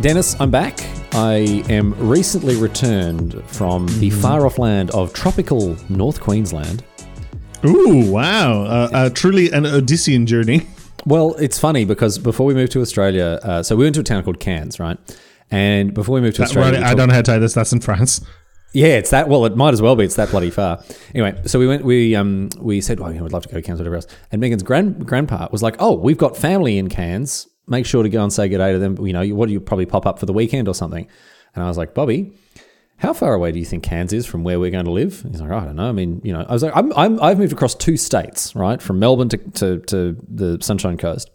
Dennis, I'm back. I am recently returned from the Mm-hmm. far off land of tropical North Queensland. Ooh, wow. Uh, uh, truly an Odyssean journey. Well, it's funny because before we moved to Australia, uh, so we went to a town called Cairns, right? And before we moved to Australia, Right, we I talked- don't know how to tie this. That's in France. Yeah, it's that. Well, it might as well be. It's that bloody far. Anyway, so we went. We um we said, well, you know, we'd love to go to Cairns, whatever else. And Megan's grand grandpa was like, oh, we've got family in Cairns. Make sure to go and say good day to them. You know, you- what do you probably pop up for the weekend or something? And I was like, Bobby, how far away do you think Cairns is from where we're going to live? And he's like, "Oh, I don't know. I mean, you know, I was like, I'm, I'm I've moved across two states, right, from Melbourne to to, to the Sunshine Coast.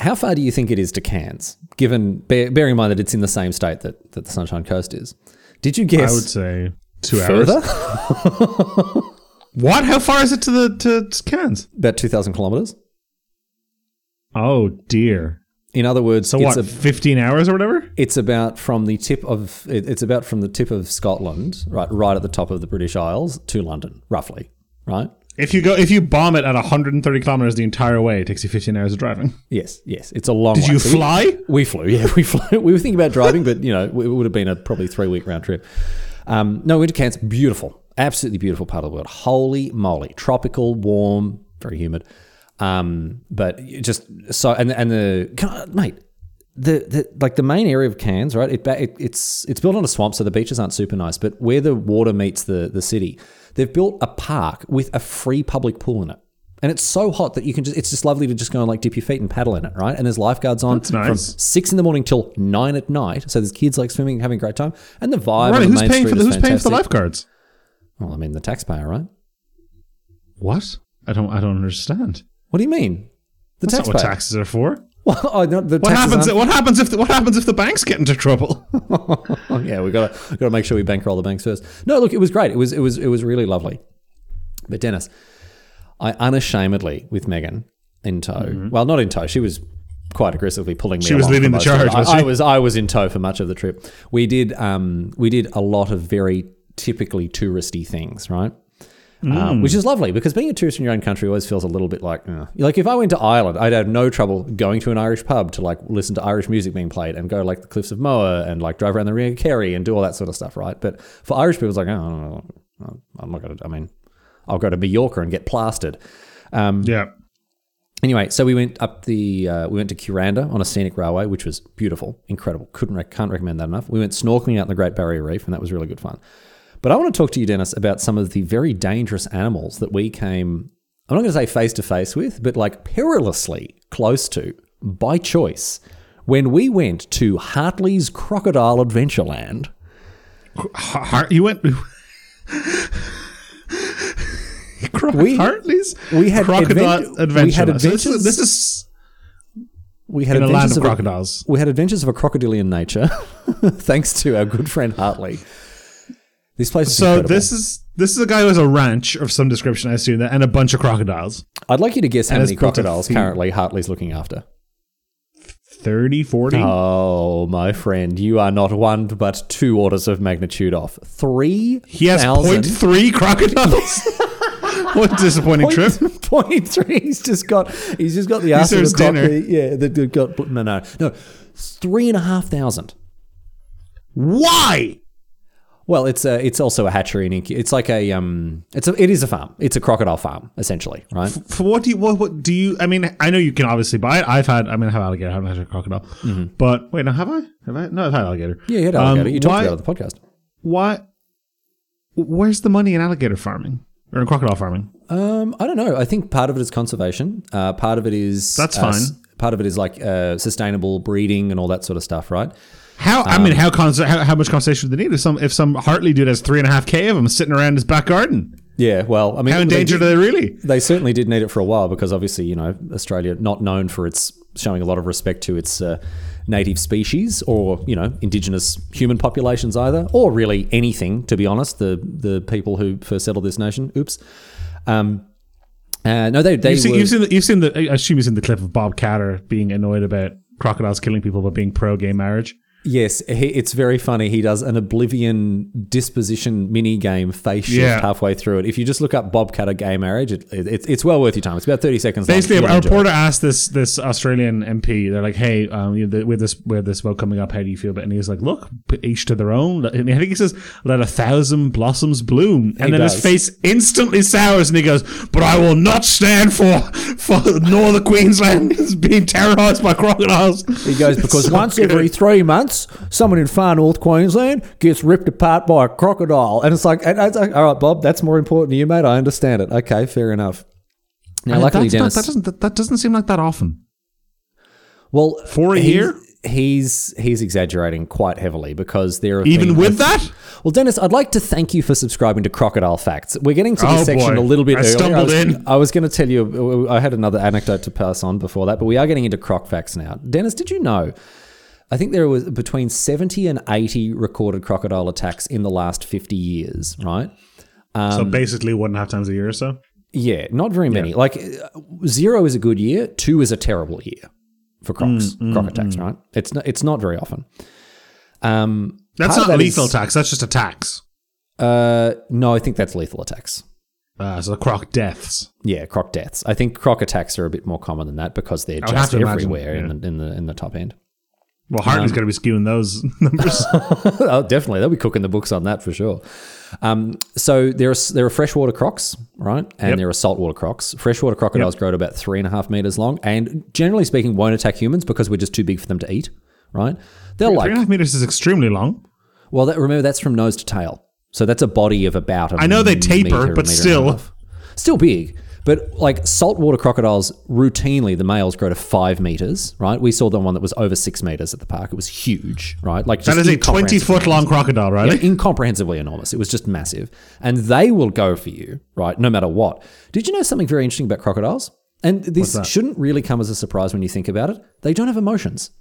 How far do you think it is to Cairns? Given bear, bear in mind that it's in the same state that, that the Sunshine Coast is. Did you guess? I would say two hours. further, What? How far is it to the to Cairns? about 2,000 kilometers. Oh, dear. In other words, So it's, what, A, 15 hours or whatever? it's about from the tip of it- it's about from the tip of Scotland, right, right at the top of the British Isles to London, roughly, right? If you go, if you bomb it at 130 kilometers the entire way, it takes you 15 hours of driving. Yes, yes, it's a long. Did way. you So we- fly? We flew, yeah, we flew. We were thinking about driving, but you know, it would have been a probably three week round trip. Um, no, we went to Cairns. Beautiful, absolutely beautiful part of the world. Holy moly, tropical, warm, very humid. Um, but it just so and and the can I, mate, the, the like the main area of Cairns, right? It, ba- it it's it's built on a swamp, so the beaches aren't super nice. But where the water meets the the city, they've built a park with a free public pool in it. And it's so hot that you can just—it's just lovely to just go and like dip your feet and paddle in it, right? And there's lifeguards on That's nice. from six in the morning till nine at night. So there's kids like swimming, and having a great time, and the vibe. on Right, the who's main paying street for the, is who's paying for the fantastic. lifeguards? Well, I mean the taxpayer, right? What? I don't I don't understand. What do you mean? The That's not what taxpayer. taxes are for. Well, I don't- the What taxes happens? aren't- What happens if the, what happens if the banks get into trouble? Oh, yeah, we got to got to make sure we bankroll the banks first. No, look, it was great. It was it was it was really lovely. But Dennis, I unashamedly with Megan in tow. Well, not in tow. She was quite aggressively pulling me. Mm-hmm. She was along for leading the most of it. charge, was I, I she? was I was in tow for much of the trip. We did um we did a lot of very typically touristy things, right? Um, which is lovely because being a tourist in your own country always feels a little bit like, eh. like if I went to Ireland, I'd have no trouble going to an Irish pub to like listen to Irish music being played and go like the Cliffs of Moher and like drive around the Ring of Kerry and do all that sort of stuff, right? But for Irish people, it's like, oh, no, no, no, I'm not gonna. I mean, I'll go to Mallorca and get plastered. Hmm. yeah. Anyway, so we went up the uh, we went to Curanda on a scenic railway, which was beautiful, incredible. Couldn't rec- can't recommend that enough. We went snorkeling out in the Great Barrier Reef, and that was really good fun. But I want to talk to you, Dennis, about some of the very dangerous animals that we came. I'm not going to say face to face with, but like perilously close to by choice when we went to Hartley's Crocodile Adventureland. Har- Har- you went. Cro- We- Hartley's. we had crocodile advent- adventure. we had So this is- adventures This is We had in a land adventures of of a- crocodiles. We had adventures of a crocodilian nature, thanks to our good friend Hartley. This place is So incredible. this is this is a guy who has a ranch of some description, I assume, that, and a bunch of crocodiles. I'd like you to guess how And many it's built a crocodiles few- currently Hartley's looking after. 30, 40? Oh, my friend, you are not one but two orders of magnitude off. Three he has point three crocodiles. what a disappointing trip. point three. He's just got. He's just got the ass of serves the cock. dinner. Yeah, that got no, no, no. Three and a half thousand. Why? Well, it's a, it's also a hatchery and incu- it's like a um, it's a, it is a farm. It's a crocodile farm essentially, right? For what do you what, what do you I mean I know you can obviously buy it. I've had I mean I have alligator, I haven't had a crocodile. But wait, no, have I? Have I? No, I've had alligator. Mm-hmm. Yeah, yeah, alligator. Um, you talked why, about it on the podcast. why where's the money in alligator farming? Or in crocodile farming? Um, I don't know. I think part of it is conservation. Uh, part of it is That's uh, s- fine. Part of it is like uh, sustainable breeding and all that sort of stuff, right? How I Um, mean how, cons- how how much conservation do they need if some if some Hartley dude has three and a half K of them sitting around his back garden? Yeah. Well, I mean, How endangered They, are did- they really? they certainly did need it for a while because obviously, you know, Australia not known for its showing a lot of respect to its uh, native species or you know indigenous human populations either, or really anything. To be honest, the the people who first settled this nation. Oops. Um, uh, no, they they You've seen, were, you've seen the, you've seen the I assume you've seen the clip of Bob Catter being annoyed about crocodiles killing people but being pro gay marriage. Yes, he, it's very funny. He does an Oblivion disposition mini game face shift Yeah. halfway through it. If you just look up Bob Cutter gay marriage, it, it, it's it's well worth your time. It's about thirty seconds. long. Basically, You'll a enjoy it. reporter asked this this Australian MP. They're like, "Hey, um, you know, th- with this with this vote coming up, how do you feel?" about it? And he's like, "Look, p- each to their own." And I think he says, "Let a thousand blossoms bloom," and He then does. his face instantly sours, and he goes, "But I will not stand for for Northern Queensland is being terrorised by crocodiles." He goes because once every three months, someone in far north Queensland gets ripped apart by a crocodile, and it's like, and it's like, all right, Bob, that's more important to you, mate. I understand it. Okay, fair enough. Now, luckily, Dennis. that doesn't that, doesn't seem like that often. well, For a he's- year? he's he's exaggerating quite heavily because there are Even with that, Well, Dennis, I'd like to thank you for subscribing to Crocodile Facts. We're getting to this Oh, section boy. a little bit I earlier. stumbled was, in. I was going to tell you, uh, I had another anecdote to pass on before that, but we are getting into Croc Facts now. Dennis, did you know? I think there was between 70 and 80 recorded crocodile attacks in the last 50 years, right? um, so basically one and a half times a year or so. Yeah, not very many. Like uh, zero is a good year, two is a terrible year for crocs, Mm, croc attacks, right? It's not, it's not very often. Um, That's part of not that lethal is- tax. That's just a tax. uh, no, I think that's lethal attacks. Uh, so the croc deaths. Yeah, croc deaths. I think croc attacks are a bit more common than that because they're would just have to imagine, everywhere in, the, in the in the top end. Well, Um, Hartley's going to be skewing those numbers. oh, definitely, they'll be cooking the books on that for sure. Um, so there are s- there are freshwater crocs, right, and there are saltwater crocs. Freshwater crocodiles grow to about three and a half meters long, and generally speaking, won't attack humans because we're just too big for them to eat. Right? They're Three like, and a half meters is extremely long. well, that, remember that's from nose to tail, so that's a body of about. I I know they taper, but still. still big. But like saltwater crocodiles, routinely the males grow to five meters, right? We saw the one that was over six meters at the park. It was huge, right? Like That just is a incomprehensible. 20 foot long crocodile, right? incomprehensibly enormous. It was just massive. And they will go for you, right? No matter what. Did you know something very interesting about crocodiles? And this shouldn't really come as a surprise when you think about it. They don't have emotions.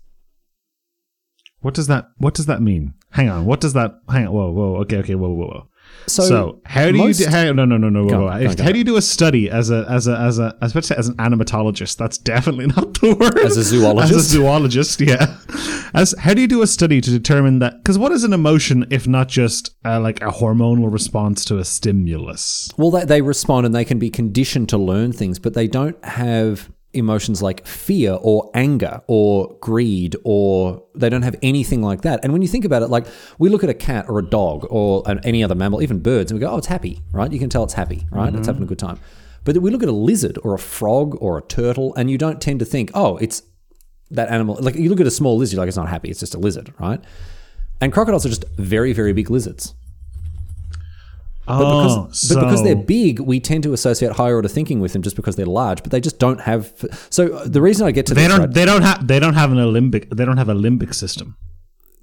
What does that What does that mean? Hang on. What does that? Hang on. Whoa, whoa. Okay, okay. Whoa, whoa, whoa. So, So, how do most- you do, how, no no no no on, whoa, whoa. go on, go how do you do a study as a as a as a I was about to say as an animatologist that's definitely not the word As a zoologist? as a zoologist yeah as how do you do a study to determine that because what is an emotion if not just uh, like a hormonal response to a stimulus Well, they, they respond and they can be conditioned to learn things, but they don't have emotions like fear or anger or greed or they don't have anything like that. And when you think about it, like we look at a cat or a dog or an, any other mammal, even birds, and we go, oh, it's happy, right? You can tell it's happy, right? It's having a good time. But we look at a lizard or a frog or a turtle, and you don't tend to think, oh, it's that animal. Like you look at a small lizard, you're like it's not happy, it's just a lizard, right? And crocodiles are just very, very big lizards. Because- oh but because so- they're big, we tend to associate higher order thinking with them just because they're large. But they just don't have. So uh, the reason I get to They this, don't. right- They don't have. They don't have an Olympic. They don't have a limbic system.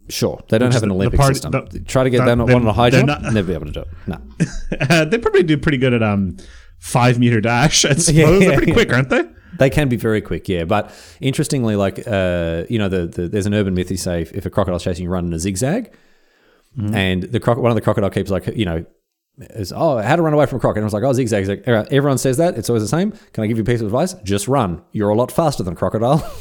sure, they don't have an the- the Olympic part- system. the- Try to get that- them at they're- one on a high they're jump, not- never be able to do it. No, Uh, they probably do pretty good at um five meter dash. I suppose yeah, they're pretty yeah. quick, aren't they? they can be very quick, yeah. But interestingly, like uh, you know, the, the, there's an urban myth you say if, if a crocodile's chasing you, run in a zigzag, Mm-hmm. and the croc- one of the crocodile keeps like you know. Is, oh, how to run away from a croc. And I was like, oh, zigzag, zig. Everyone says that. It's always the same. Can I give you a piece of advice? Just run. You're a lot faster than a crocodile.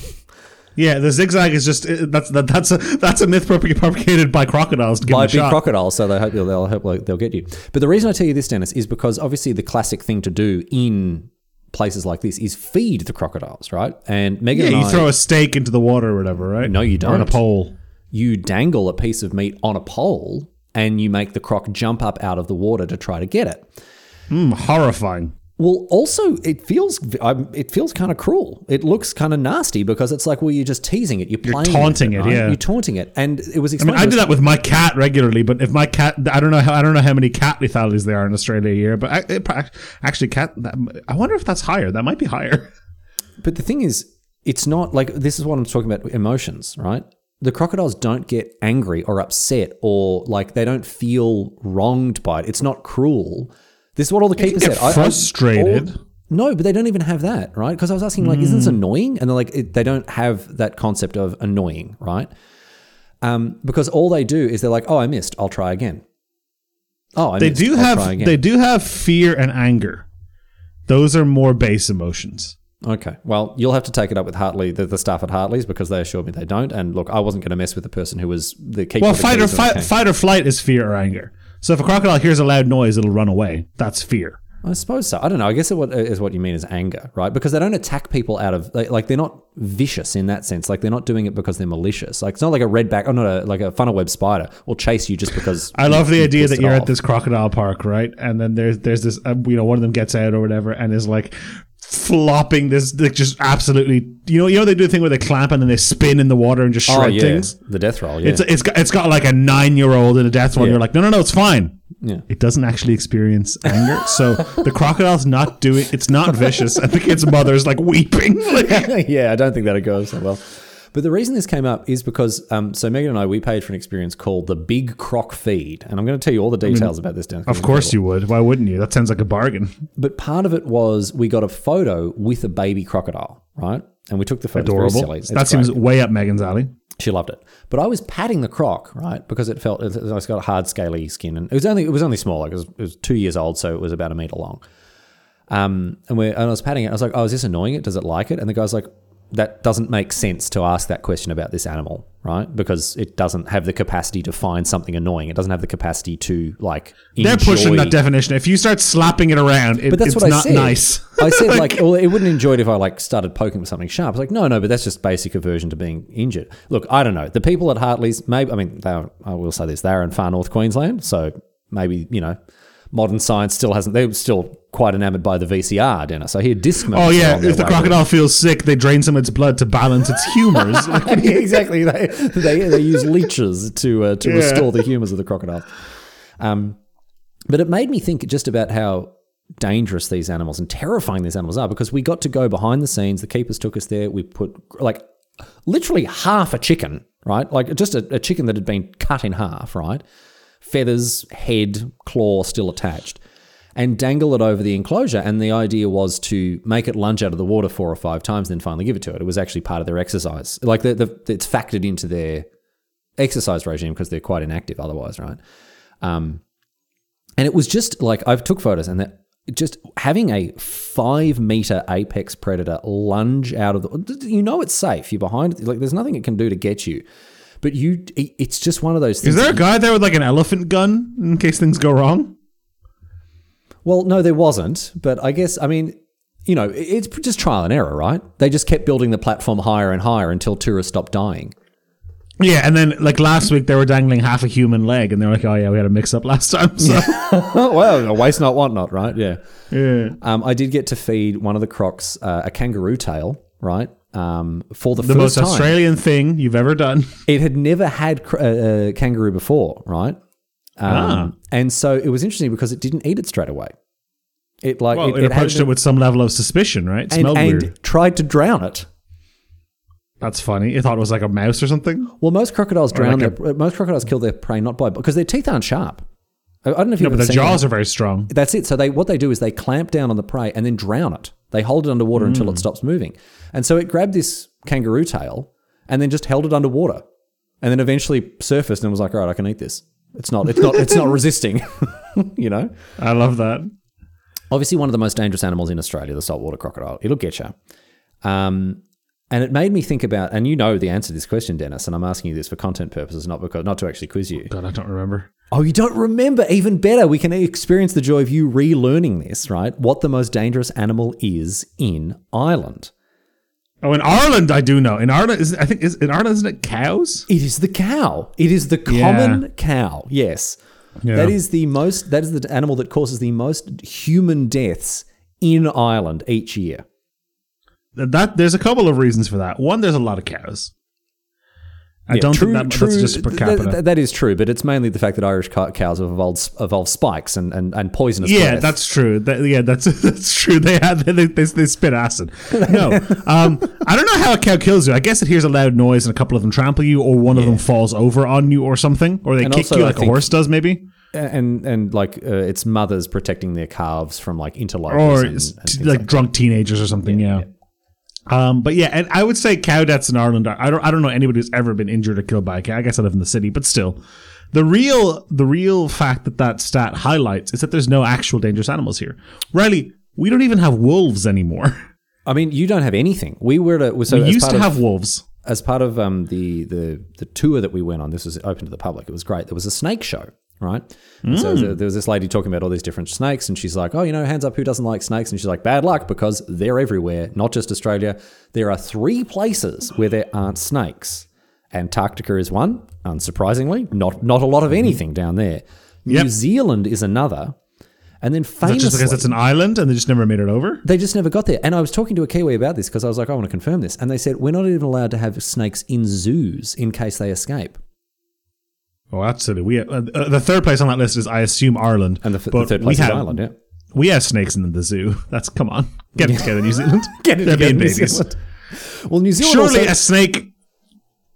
Yeah, the zigzag is just uh, that's that, that's a that's a myth propag- propagated by crocodiles to give by them a big shot. crocodile, so they hope they'll, they'll hope like, they'll get you. But the reason I tell you this, Dennis, is because obviously the classic thing to do in places like this is feed the crocodiles, right? And Megan yeah, and you I, throw a stake into the water or whatever, right? No, you Or on a don't. pole. you dangle a piece of meat on a pole and you make the croc jump up out of the water to try to get it. Hmm, horrifying. Well, also it feels I'm- it feels kind of cruel. It looks kind of nasty because it's like, well, you're just teasing it. You're, playing with taunting it, right? yeah. You're taunting it, and it was. I mean, Explained I to do us- that with my cat regularly, but if my cat, I don't know how I don't know how many cat lethalities there are in Australia a year, but I, it, pro- actually, cat. That, I wonder if that's higher. That might be higher. But the thing is, it's not like this is what I'm talking about emotions, right? The crocodiles don't get angry or upset or like they don't feel wronged by it. It's not cruel. This is what all the keepers get said. I- I- frustrated. Hmm. all- no, but they don't even have that, right? Because I was asking, like, isn't this annoying? And they're like, it, they don't have that concept of annoying, right? Um, because all they do is they're like, oh, I missed. I'll try again. Oh, I they missed. do I'll try have again. they do have fear and anger those are more base emotions Okay. Well, you'll have to take it up with Hartley, the, the staff at Hartley's, because they assured me they don't. And look, I wasn't going to mess with the person who was the keeper. Well, of the fight or, keys when it fight, came. fight or flight is fear or anger. So if a crocodile hears a loud noise, it'll run away. That's fear. I suppose so. I don't know. I guess it what is what you mean is anger, right? Because they don't attack people out of they, like they're not vicious in that sense. Like they're not doing it because they're malicious. Like it's not like a redback or not a like a funnel web spider will chase you just because. I love the idea pissed that it you're at off. this crocodile park, right? And then there's there's this, uh, you know, one of them gets out or whatever, and is like flopping this, like just absolutely, you know, you know, they do the thing where they clamp and then they spin in the water and just oh shred yeah, things. the death roll. Yeah, It's it's got, it's got like a nine year old and a death one. You're like, no, no, no, it's fine. Yeah. It doesn't actually experience anger, so the crocodile's not doing. It's not vicious, and the kid's mother's like weeping. Like, yeah, I don't think that'd go so well. But the reason this came up is because um, so Megan and I we paid for an experience called the Big Croc Feed, and I'm going to tell you all the details about this down. Mm-hmm. of course you would. Why wouldn't you? That sounds like a bargain. But part of it was we got a photo with a baby crocodile, right? And we took the photo. It's very Adorable. silly. It's that great. seems way up Megan's alley. She loved it, but I was patting the croc, right, because it felt it's it's got a hard, scaly skin, and it was only it was only smaller because it was two years old, so it was about a meter long. Um, and we and I was patting it. I was like, "Oh, is this annoying it? Does it like it?" And the guy's like, "That doesn't make sense to ask that question about this animal, right? Because it doesn't have the capacity to find something annoying. It doesn't have the capacity to like." They're pushing enjoy- that definition. If you start slapping it around, it, But that's it's what I not said. nice. I said like, well, it wouldn't enjoy it if I like started poking with something sharp. It's like, no, no, but that's just basic aversion to being injured. Look, I don't know. The people at Hartley's, maybe I mean, they are, I will say this, they are in far north Queensland, so maybe you know, modern science still hasn't. They're still quite enamoured by the VCR dinner. So here, Discman. Oh yeah, if the crocodile. crocodile feels sick, they drain some of its blood to balance its humors. Like, Yeah, exactly. They, they they use leeches to uh, to restore the humors of the crocodile. Um, but it made me think just about how dangerous these animals and terrifying these animals are because we got to go behind the scenes. The keepers took us there. We put like literally half a chicken, right? Like just a, a chicken that had been cut in half, right? Feathers, head, claw still attached. And dangle it over the enclosure. And the idea was to make it lunge out of the water four or five times, then finally give it to it. It was actually part of their exercise. Like the, the, it's factored into their exercise regime because they're quite inactive otherwise, right? Um, and it was just like I've took photos and that just having a five meter apex predator lunge out of the you know it's safe you're behind it like there's nothing it can do to get you but you it- it's just one of those is things there a guy there with like an elephant gun in case things go wrong? well no there wasn't but i guess i mean you know it- it's just trial and error right they just kept building the platform higher and higher until tourists stopped dying Yeah, and then like last week they were dangling half a human leg, and they're like, "Oh yeah, we had a mix up last time." So oh well waste not want not right yeah yeah. Um, I did get to feed one of the crocs uh, a kangaroo tail, right? Um, for the, the first most time, Australian thing you've ever done. it had never had cr- uh, uh, kangaroo before, right? Um, Ah. And so it was interesting because it didn't eat it straight away. It like Well, it, had approached the- it with some level of suspicion, right? It smelled and, weird. and tried to drown it. That's funny. It thought it was like a mouse or something. Well, most crocodiles drown like their most crocodiles kill their prey not by because their teeth aren't sharp. I I don't know if you've But ever their seen jaws are very strong. That's it. So they what they do is they clamp down on the prey and then drown it. They hold it underwater until it stops moving. And so it grabbed this kangaroo tail and then just held it underwater. And then eventually surfaced and was like, all right, I can eat this. It's not it's not it's not resisting. you know? I love that. Obviously one of the most dangerous animals in Australia, the saltwater crocodile. It'll get you. Um and it made me think about, and you know the answer to this question, Dennis, and I'm asking you this for content purposes, not because not to actually quiz you. God, I don't remember. Oh, you don't remember? Even better. We can experience the joy of you relearning this, right? What the most dangerous animal is in Ireland. Oh, in Ireland, I do know. In Ireland, is, I think is in Ireland, isn't it cows? It is the cow. It is the common cow. Yes. Yeah. That is the most that is the animal that causes the most human deaths in Ireland each year. That there's a couple of reasons for that. One, there's a lot of cows. I Yeah, don't think that, that's just per th- capita. th- that is true, but it's mainly the fact that Irish co- cows have evolved, evolved spikes and, and, and poisonous yeah, breath. that's true. That, yeah, that's that's true. They had they, they, they spit acid. No, um, I don't know how a cow kills you. I guess it hears a loud noise and a couple of them trample you, or one of them falls over on you, or something, or they And kick also, you I like a think- horse does, maybe, and and like uh, its mothers protecting their calves from like interlopers or and, and s- things like, drunk teenagers or something. Yeah. Um, but yeah, and I would say cow deaths in Ireland. Are, I don't. I don't know anybody who's ever been injured or killed by a cow. I guess I live in the city, but still, the real the real fact that that stat highlights is that there's no actual dangerous animals here. Riley, we don't even have wolves anymore. I mean, you don't have anything. We were to so we as used part to of- have wolves. as part of um, the, the the tour that we went on, this was open to the public. It was great. There was a snake show, right? And Hmm. So there, there was this lady talking about all these different snakes, and she's like, "Oh, you know, hands up, who doesn't like snakes?" And she's like, "Bad luck, because they're everywhere, not just Australia. There are three places where there aren't snakes. Antarctica is one, unsurprisingly. Not not a lot Hmm. of anything down there. New Zealand is another, and then famously, Just because it's an island and they just never made it over. they just never got there. And I was talking to a Kiwi about this because I was like, I want to confirm this. And they said, we're not even allowed to have snakes in zoos in case they escape. Oh, absolutely. We uh, uh, the third place on that list is I assume Ireland. And the, f- the But third place we is have- Ireland, yeah. We have snakes in the zoo. That's come on. Get it together, New Zealand. Get it They're together, being New babies. Zealand. Well, New Zealand Surely also- a snake.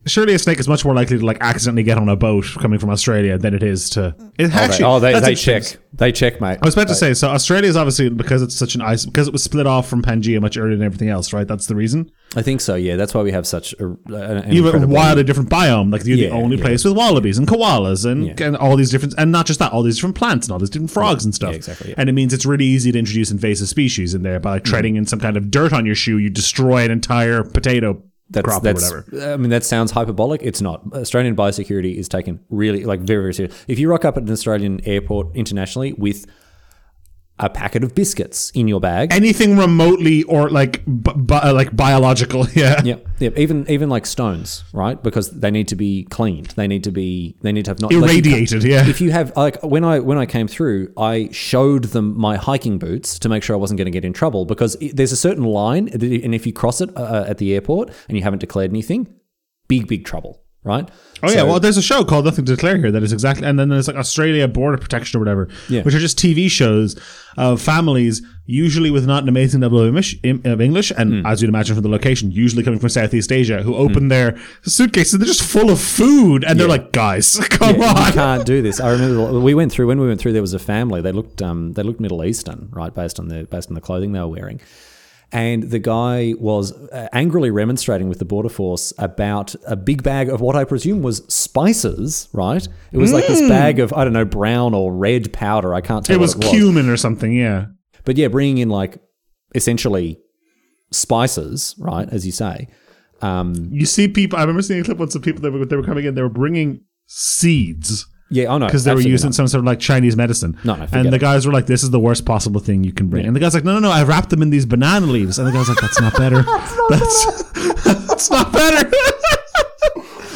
Surely a snake is much more likely to like accidentally get on a boat coming from Australia than it is to. It Oh, actually, they, oh, they, that's they interesting. check. They check, mate. I was about to say, so Australia is obviously because it's such an ice because it was split off from Pangea much earlier than everything else, right? That's the reason. I think so, yeah. That's why we have such a, an- an You have a incredible- wildly different biome. Like you're Yeah, the only yeah. place with wallabies and koalas and, Yeah. and all these different and not just that, all these different plants and all these different frogs and stuff. yeah, exactly, yeah. Mm. And it means it's really easy to introduce invasive species in there by like treading in some kind of dirt on your shoe, you destroy an entire potato crop or whatever. I mean, that sounds hyperbolic. It's not. Australian biosecurity is taken really, like, very, very serious. If you rock up at an Australian airport internationally with a packet of biscuits in your bag, Anything remotely or like bi- bi- like biological, yeah. Yep, yep. Even even like stones, right? Because they need to be cleaned. They need to be. They need to have not like, you can't- Irradiated, yeah. if you have like when I when I came through, I showed them my hiking boots to make sure I wasn't going to get in trouble because i there's a certain line, that i- and if you cross it uh, at the airport and you haven't declared anything, big big trouble, right? Oh yeah, well, there's a show called Nothing to Declare here that is exactly, and then there's like Australia Border Protection or whatever, Yeah. which are just TV shows of families, usually with not an amazing level of English, of English and Hmm. as you'd imagine from the location, usually coming from Southeast Asia, who open their suitcases, they're just full of food, and they're like, guys, come you on. can't do this. I remember we went through when we went through. There was a family. They looked um, they looked Middle Eastern, right? Based on the based on the clothing they were wearing, and the guy was uh, angrily remonstrating with the border force about a big bag of what I presume was spices. Right? It was like this bag of I don't know brown or red powder. I can't tell. Hmm. It what was it was. cumin or something, yeah. But yeah, bringing in like essentially spices, right? As you say. Um, You see people. I remember seeing a clip once of people that were they were coming in. They were bringing seeds. yeah, I know because they were absolutely using not. some sort of like Chinese medicine. No, no, forget and the it. guys were like, "This is the worst possible thing you can bring." And the guy's like, "No, no, no! I wrapped them in these banana leaves." And the guy's like, "That's not better. that's, that's not better."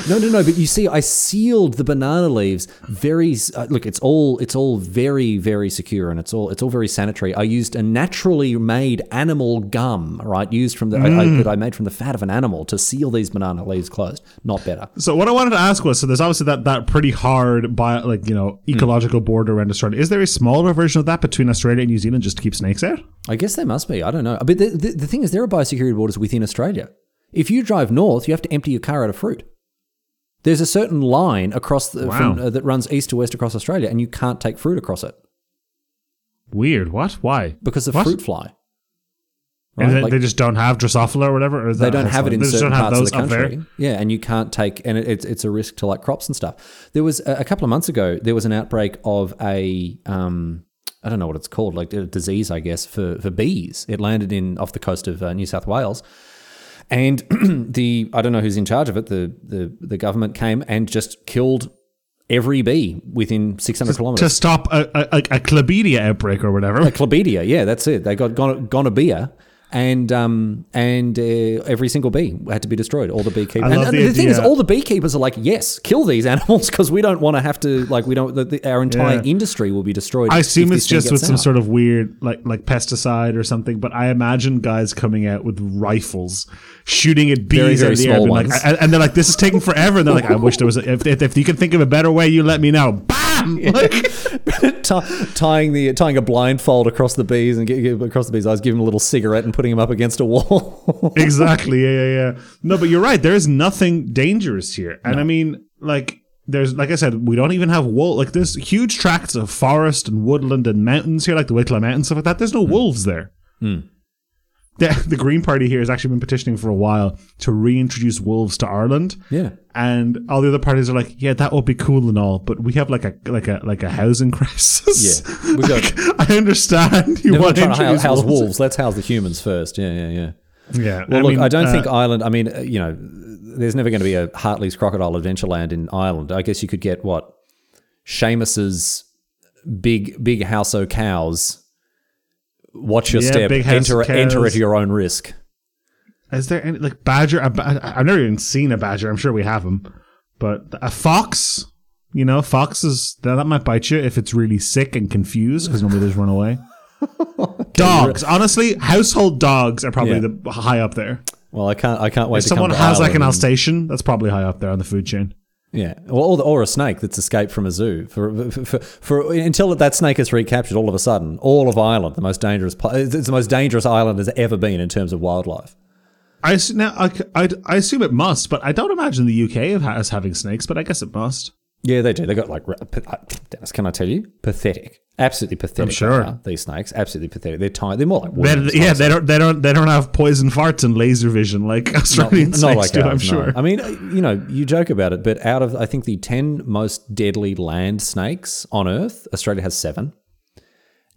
No, no, no. But you see, I sealed the banana leaves. Very uh, look, it's all it's all very very secure, and it's all it's all very sanitary. I used a naturally made animal gum, right, used from the I, I, Mm. that I made from the fat of an animal to seal these banana leaves closed. Not better. so what I wanted to ask was, so there's obviously that that pretty hard bio, like you know Hmm. ecological border around Australia. Is there a smaller version of that between Australia and New Zealand just to keep snakes out? I guess there must be. I don't know. But the, the, the thing is, there are biosecurity borders within Australia. If you drive north, you have to empty your car out of fruit. There's a certain line across the, from, Wow. uh, that runs east to west across Australia, and you can't take fruit across it Weird. What? Why? because of What? fruit fly. And Right, they, like- they just don't have Drosophila or whatever. Or is they that- don't that's have it fine. in They just certain don't have parts of the those up there? country. Yeah, and you can't take, and it, it's it's a risk to like crops and stuff. There was a, a couple of months ago, there was an outbreak of a um, I don't know what it's called, like a disease, I guess, for for bees. It landed in off the coast of uh, New South Wales, and the I don't know who's in charge of it. The the the government came and just killed every bee within 600 To kilometers. stop a, a, a, a chlamydia outbreak or whatever. A chlamydia, yeah, that's it. They got gon- gonorrhea, and um, and uh, every single bee had to be destroyed. All the beekeepers. And, love and the the, thing is, idea- all the beekeepers are like, yes, kill these animals because we don't want to have to like we don't. The, the, our entire Yeah. industry will be destroyed. I if assume this it's thing just gets with some out. sort of weird like like pesticide or something, but I imagine guys coming out with rifles shooting at bees Very, in very the air, small being like- ones. and- and they're like, "This is taking forever." And they're like, "I wish there was a, if, if if you can think of a better way, you let me know." Bam! Like, Ti- tying the tying a blindfold across the bees and get, get across the bees' eyes, giving them a little cigarette and putting them up against a wall. exactly. Yeah, yeah, yeah. No, but you're right. There is nothing dangerous here, and I mean, like, there's like I said, we don't even have wool. Like, there's huge tracts of forest and woodland and mountains here, like the Wicklow Mountains stuff like that. Hmm. There's no wolves there. The, the Green Party here has actually been petitioning for a while to reintroduce wolves to Ireland. Yeah. And all the other parties are like, yeah, that would be cool and all, but we have like a like a like a housing crisis. Yeah. We've got- Like, I understand you We're want to trying to hou- introduce house wolves. wolves. Let's house the humans first. Yeah, yeah, yeah. Yeah. Well, look, mean, I don't uh, think Ireland. I mean, uh, you know, there's never going to be a Hartley's Crocodile Adventureland in Ireland. I guess you could get what Seamus's big big house o' cows. Watch your Yeah, step. Big House O' Enter enter Cows. at your own risk. Is there any like badger? A, ba- I've never even seen a badger. I'm sure we have them, but a fox. You know, foxes that, that might bite you if it's really sick and confused because normally they just run away. dogs, honestly, household dogs are probably Yeah. the high up there. Well, I can't I can't wait. If to someone come to has like an Ireland and- Alsatian, that's probably high up there on the food chain. Yeah, or, or a snake that's escaped from a zoo. For, for, for, for until that snake is recaptured, all of a sudden, all of Ireland, the most dangerous, pla- it's the most dangerous island has ever been in terms of wildlife. I assu- now I, c- I'd- I assume it must, but I don't imagine the UK ha- as having snakes, but I guess it must. Yeah, they do. They got like ra- pa- uh, Dennis. Can I tell you? Pathetic. Absolutely pathetic. they sure. are, these snakes, absolutely pathetic. They're tiny. They're more like They- worms. yeah, they don't they don't they don't have poison farts and laser vision like Australian Not snakes like do. I'm ours, no. sure. I mean, uh, you know, you joke about it, but out of I think the ten most deadly land snakes on Earth, Australia has seven,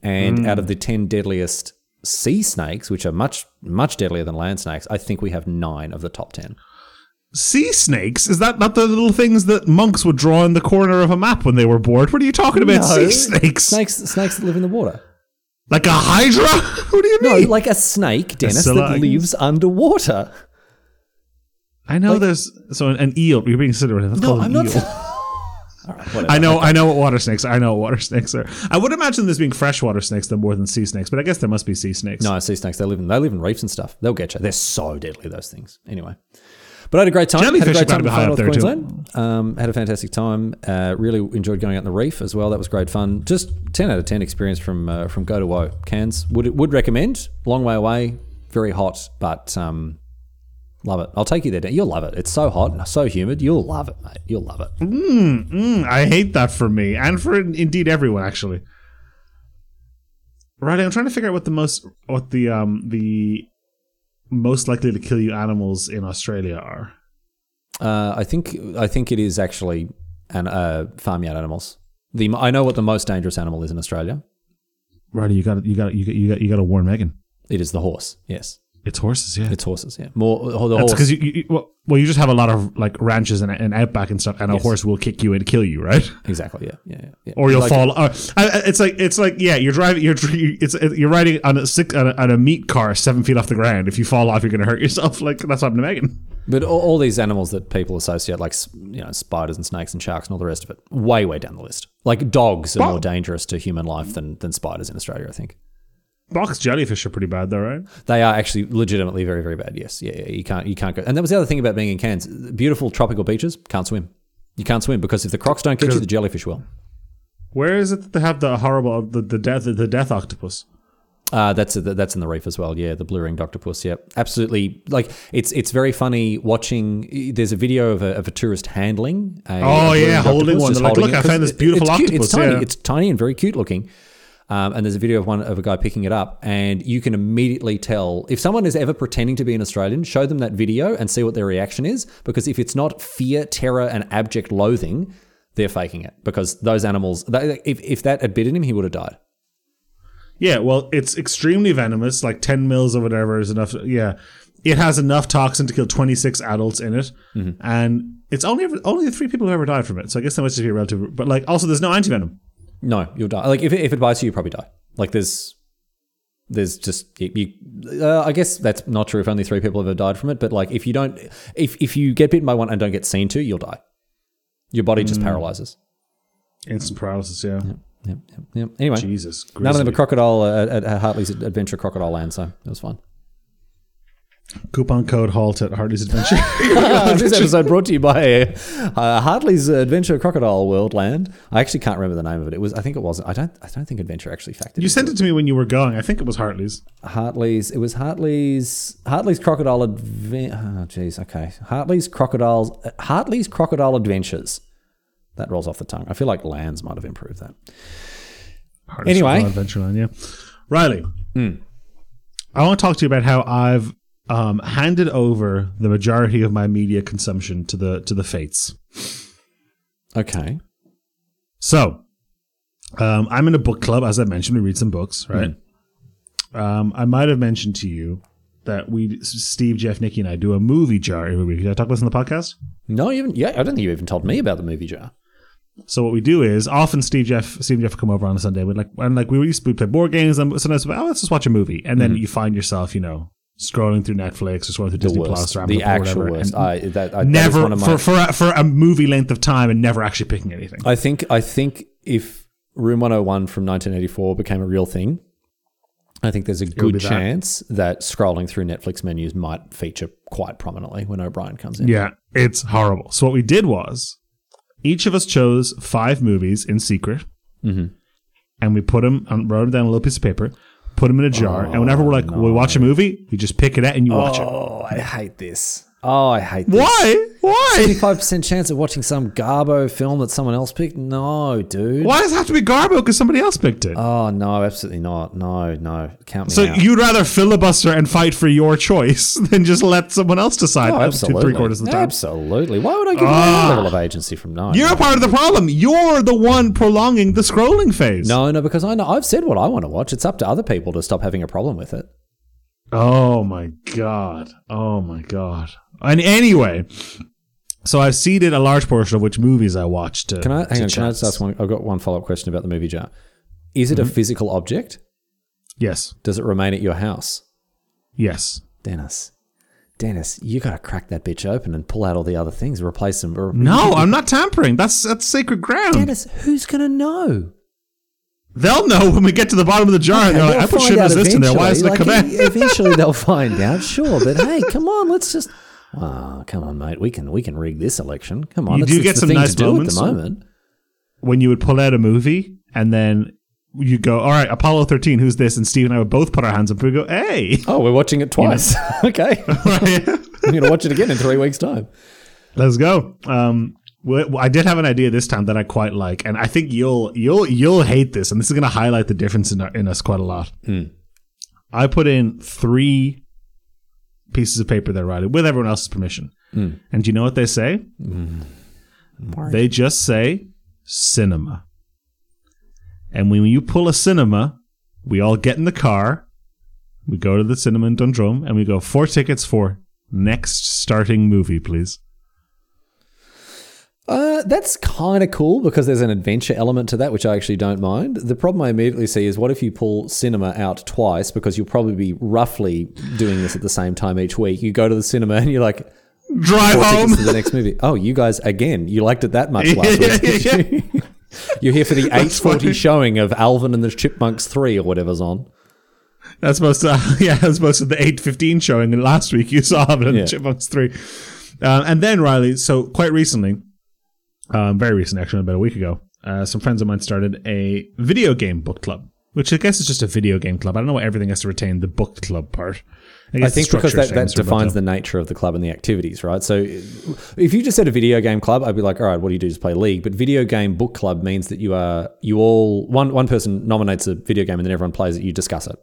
and out of the ten deadliest sea snakes, which are much much deadlier than land snakes, I think we have nine of the top ten. sea snakes? Is that not the little things that monks would draw in the corner of a map when they were bored? What are you talking about? No. sea snakes? Snakes, snakes that live in the water. Like a hydra? what do you No, mean? like a snake, Dennis, that Slang. lives underwater. I know there's so an, an eel. You're being considerate. That's called an eel. All right, whatever. I know, I know what water snakes. are. I know what water snakes are. I would imagine there's being freshwater snakes than more than sea snakes, but I guess there must be sea snakes. No, sea snakes. They live in they live in reefs and stuff. They'll get you. They're so deadly. Those things. Anyway, but I had a great time. had Jellyfish a have great time gotta be in high Far up North there too. Queensland. Um, had a fantastic time. Uh, really enjoyed going out in the reef as well. That was great fun. Just ten out of ten experience from uh, from Go to Woe Cairns. Would would recommend. Long way away. Very hot, but um, love it. I'll take you there. Dan. You'll love it. It's so hot and so humid. You'll love it, mate. You'll love it. Mm, I hate that for me and for indeed everyone actually. Right, I'm trying to figure out what the most what the um the most likely to kill you animals in Australia are. Uh, I think I think it is actually an uh, farmyard animals. The I know what the most dangerous animal is in Australia. Right, you got you got you got you got you got to warn Megan. It is the horse. Yes. It's horses, yeah. It's horses, yeah. More uh, the horse. That's because you, you, you- well, well, you just have a lot of like ranches and, and outback and stuff, and a horse will kick you and kill you, right? exactly, yeah, yeah, yeah, yeah. Or you'll Like- fall. Or, I- I- it's like it's like yeah, you're driving, you're dr- you- it's you're riding on a six, on, a, on a meat car seven feet off the ground. If you fall off, you're gonna hurt yourself. Like that's what happened to Megan. But all, all these animals that people associate, like s- you know, spiders and snakes and sharks and all the rest of it, way way down the list. Like dogs are more dangerous to human life than than spiders in Australia, I think. Box jellyfish are pretty bad though, right? They are actually legitimately very very bad. Yes, yeah, yeah, you can't you can't go. And that was the other thing about being in Cairns. Beautiful tropical beaches, can't swim. You can't swim because if the crocs don't get you, the jellyfish will. Where is it that they have the horrible uh, the, the death the death octopus? Uh, that's that's in the reef as well. Yeah, the blue ringed octopus. Yeah, absolutely. Like it's it's very funny watching. There's a video of a, of a tourist handling. A, a Oh, blue-ringed yeah, holding octopus, one. just They're like, holding "Look, it," I 'cause found this it- beautiful it's cute, octopus, It's tiny. yeah. It's tiny and very cute looking. Um, and there's a video of one of a guy picking it up, and you can immediately tell if someone is ever pretending to be an Australian. Show them that video and see what their reaction is, because if it's not fear, terror, and abject loathing, they're faking it. Because those animals, they, if if that had bitten him, he would have died. Yeah, well, it's extremely venomous. Like ten mils or whatever is enough. Yeah, it has enough toxin to kill twenty six adults in it, and it's only ever, only the three people who ever died from it. So I guess that must just be relative. But like, also, there's no antivenom. No, you'll die. Like if it, if it bites you, you probably die. Like there's there's just you. you- uh, I guess that's not true if only three people have ever died from it. But like if you don't, if if you get bitten by one and don't get seen to, you'll die. Your body just paralyzes. Instant paralysis. Yeah. Yep, yep, yep. Anyway, Jesus. none of them grizzly. are crocodile uh, at, at, at Hartley's Adventure Crocodile Land, so it was fun. Coupon code halt at Hardy's Adventure. this episode brought to you by uh, Hartley's Adventure Crocodile World Land. I actually can't remember the name of it. It was I think it was I don't I don't think Adventure actually factored. you sent it to me when you were going. I think it was Hartley's. Hartley's. It was Hartley's. Hartley's Crocodile Advent. Oh, jeez. Okay. Hartley's Crocodiles. Hartley's Crocodile Adventures. That rolls off the tongue. I feel like Lands might have improved that. Hartley's Anyway. Adventureland. Yeah. Riley, I want to talk to you about how I've um, handed over the majority of my media consumption to the to the fates. Okay. So, um, I'm in a book club, as I mentioned. We read some books, right? Um, I might have mentioned to you that we Steve, Jeff, Nikki, and I do a movie jar every week. Did I talk about this on the podcast? No, even yeah, I don't think you even told me about the movie jar. So what we do is often Steve Jeff Steve and Jeff come over on a Sunday. We like and like we used to play board games and sometimes we'd, oh let's just watch a movie and then you find yourself you know scrolling through Netflix or scrolling through Disney worst. Plus or Mm-hmm. Amazon the Prime or actual whatever, worst. and I, that, I, that is never one of my Uh, for for a, for a movie length of time and never actually picking anything. I think I think if Room 101 from 1984 became a real thing, I think there's a be good that. chance that. scrolling through Netflix menus might feature quite prominently when O'Brien comes in. Yeah, it's horrible. So what we did was each of us chose five movies in secret, Mm-hmm. and we put them on, wrote them down on a little piece of paper, put them in a jar, and whenever we're like, we watch a movie, we just pick it out and you watch it. Oh, I hate this. Oh, I hate this. Why? Why? 5% chance of watching some Garbo film that someone else picked? No, dude. Why does it have to be Garbo? Because somebody else picked it. Oh, no, absolutely not. No, no. Count me so out. you'd rather filibuster and fight for your choice than just let someone else decide Oh, up to absolutely. three quarters of the time. Ah. Absolutely. Why would I give you that level of agency from no? You're a part of the problem. You're the one prolonging the scrolling phase. No, no, because I know I've said what I want to watch. It's up to other people to stop having a problem with it. Oh my god. Oh my god. And anyway, so I've seeded a large portion of which movies I watched. To, Can I hang to on? Can I chats. just ask one? I've got one follow up question about the movie jar. Is Mm-hmm. it a physical object? Yes. Does it remain at your house, Yes. Dennis? Dennis, you got to crack that bitch open and pull out all the other things, replace them. Or, No, I'm not tampering. That's that's sacred ground. Dennis, who's gonna know? They'll know when we get to the bottom of the jar. and they're like, They'll I put find shit out resist in there. Why is it eventually. come Like, out? e- Eventually they'll find out, sure. But hey, come on, let's just. Ah, come on, mate. We can we can rig this election. Come on, You it's, do it's get the some thing nice to do moments. at the moment. When you would pull out a movie and then you go, all right, Apollo 13, who's this? And Steve and I would both put our hands up and we go, hey. Oh, we're watching it twice. okay. I'm going to watch it again in three weeks' time. Let's go. Um, well, I did have an idea this time that I quite like, and I think you'll you'll you'll hate this, and this is going to highlight the difference in, our, in us quite a lot. I put in three pieces of paper that are writing with everyone else's permission, and do you know what they say? They just say cinema, and when you pull a cinema, we all get in the car, we go to the cinema in Dundrum, and we go four tickets for next starting movie, please. Uh, that's kind of cool because there's an adventure element to that, which I actually don't mind. The problem I immediately see is what if you pull cinema out twice because you'll probably be roughly doing this at the same time each week. You go to the cinema and you're like, Drive four home. tickets to the next movie. Oh, you guys, again, you liked it that much last Um, Yeah, week. did yeah, you? You're here for the funny. 840 showing of Alvin and the Chipmunks 3 or whatever's on. That's most uh, yeah, that's most of the eight fifteen showing and last week you saw it in Yeah. Chipmunks three, um, and then Riley. So quite recently, um, very recent actually, about a week ago, uh, some friends of mine started a video game book club, which I guess is just a video game club. I don't know why everything has to retain the book club part. guess I think the because structure that, that stands for book defines club. the nature of the club and the activities, right? So if you just said a video game club, I'd be like, all right, what do you do? Just play league. But video game book club means that you are you all one one person nominates a video game and then everyone plays it. You discuss it.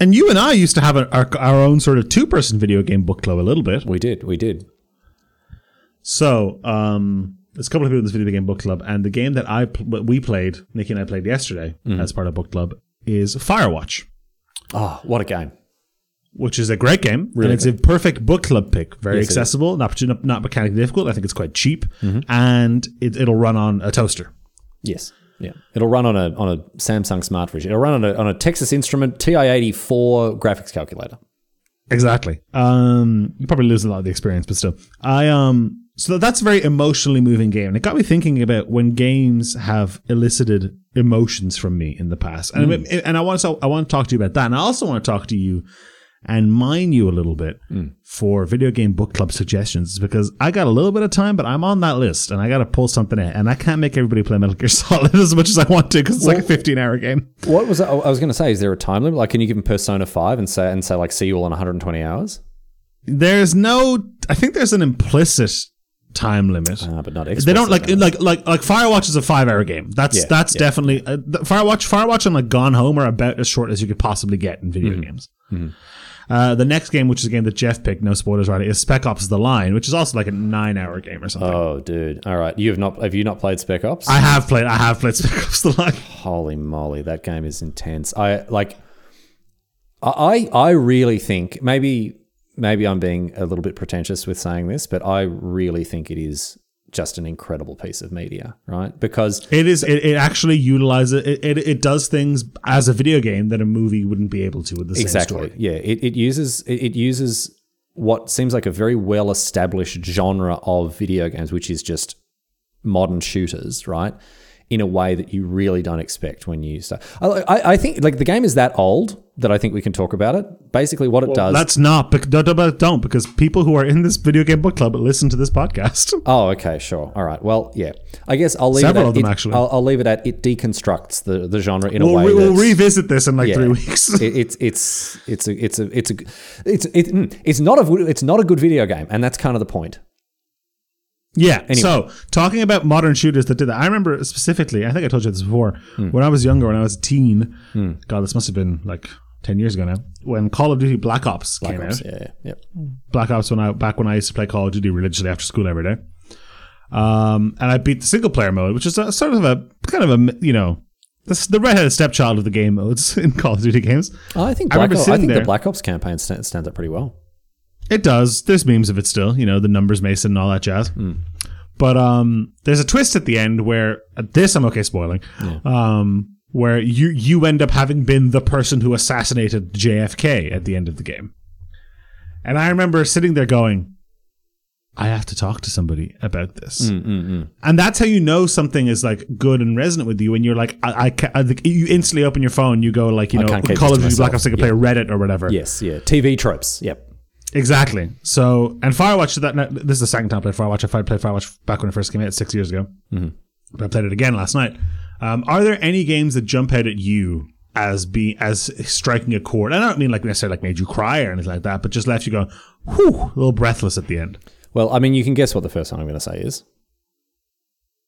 And you and I used to have a, our, our own sort of two person video game book club a little bit. We did, we did. So, um, there's a couple of people in this video game book club, and the game that I pl- we played, Nikki and I played yesterday as part of book club, is Firewatch, Oh, what a game! which is a great game, and it's a perfect book club pick. Very accessible, not not- not mechanically difficult. I think it's quite cheap, and it, it'll run on a toaster. Yes, yeah. It'll run on a on a Samsung Smart Fridge. It'll run on a on a Texas Instrument Ti eighty four graphics calculator. Exactly. Um, you probably lose a lot of the experience, but still, I um. So that's a very emotionally moving game, and it got me thinking about when games have elicited emotions from me in the past, and and I want to I want to talk to you about that, and I also want to talk to you and mine you a little bit for video game book club suggestions because I got a little bit of time, but I'm on that list, and I got to pull something in, and I can't make everybody play Metal Gear Solid as much as I want to because it's like a 15 hour game. What was I, I was going to say? Is there a time limit? Like, can you give them Persona five and say and say like see you all in one hundred and twenty hours? There's no, I think there's an implicit time limit. Ah, but not they don't explicit. like like like like Firewatch is a five hour game. That's Yeah, that's definitely uh, the- Firewatch. Firewatch and like Gone Home are about as short as you could possibly get in Mm-hmm. video games. Uh, the next game, which is a game that Jeff picked, no spoilers, right? Is Spec Ops: The Line, which is also like a nine hour game or something. Oh, dude! All right, you have not have you not played Spec Ops? I have played. I have played Spec Ops: The Line. Holy moly, that game is intense. I like. I I really think maybe maybe I'm being a little bit pretentious with saying this, but I really think it is just an incredible piece of media, right? Because It is. It, it actually utilizes. It, it it does things as a video game that a movie wouldn't be able to with the exactly, same story. yeah, it, it uses it, it uses what seems like a very well established genre of video games, which is just modern shooters, right? In a way that you really don't expect when you start. I, I, I think like the game is that old that I think we can talk about it. Basically, what it does. That's not. bec- Don't, don't don't, because people who are in this video game book club listen to this podcast. Oh, okay, sure. All right. Well, yeah. I guess I'll leave Several it at of them, it- actually. I'll, I'll leave it at it deconstructs the, the genre in a We'll, way re- we'll that's- revisit this in like yeah. three weeks. it, it's it's it's a it's a it's a it's it, mm, it's not a w- it's not a good video game, and that's kind of the point. Yeah. So talking about modern shooters that did that, I remember specifically. I think I told you this before. When I was younger, when I was a teen, God, this must have been like ten years ago now. When Call of Duty Black Ops came out, Yeah, yeah, yeah. Black Ops when I back when I used to play Call of Duty religiously after school every day. Um, and I beat the single player mode, which is a, sort of a kind of a you know the, the redheaded stepchild of the game modes in Call of Duty games. I think I Black remember Ops, I sitting think the there. Black Ops campaign sta- stands up pretty well. It does. There's memes of it still, you know, the numbers mason and all that jazz. Hmm. But um, there's a twist at the end where uh, this I'm okay spoiling. Um, where you you end up having been the person who assassinated JFK at the end of the game. And I remember sitting there going, I have to talk to somebody about this. Hmm, And that's how you know something is like good and resonant with you. And you're like, I, I, ca- I think you instantly open your phone, you go like, you know, can't keep Call this of to Duty Black myself. Ops, I can play Reddit or whatever. Yes, yeah. TV tropes. Yep. Exactly. So, and Firewatch, that no, this is the second time I played Firewatch. I played Firewatch back when it first came out six years ago. But I played it again last night. Um, are there any games that jump out at you as be as striking a chord? And I don't mean like necessarily like made you cry or anything like that, but just left you going, whew, a little breathless at the end. Well, I mean, you can guess what the first one I'm going to say is.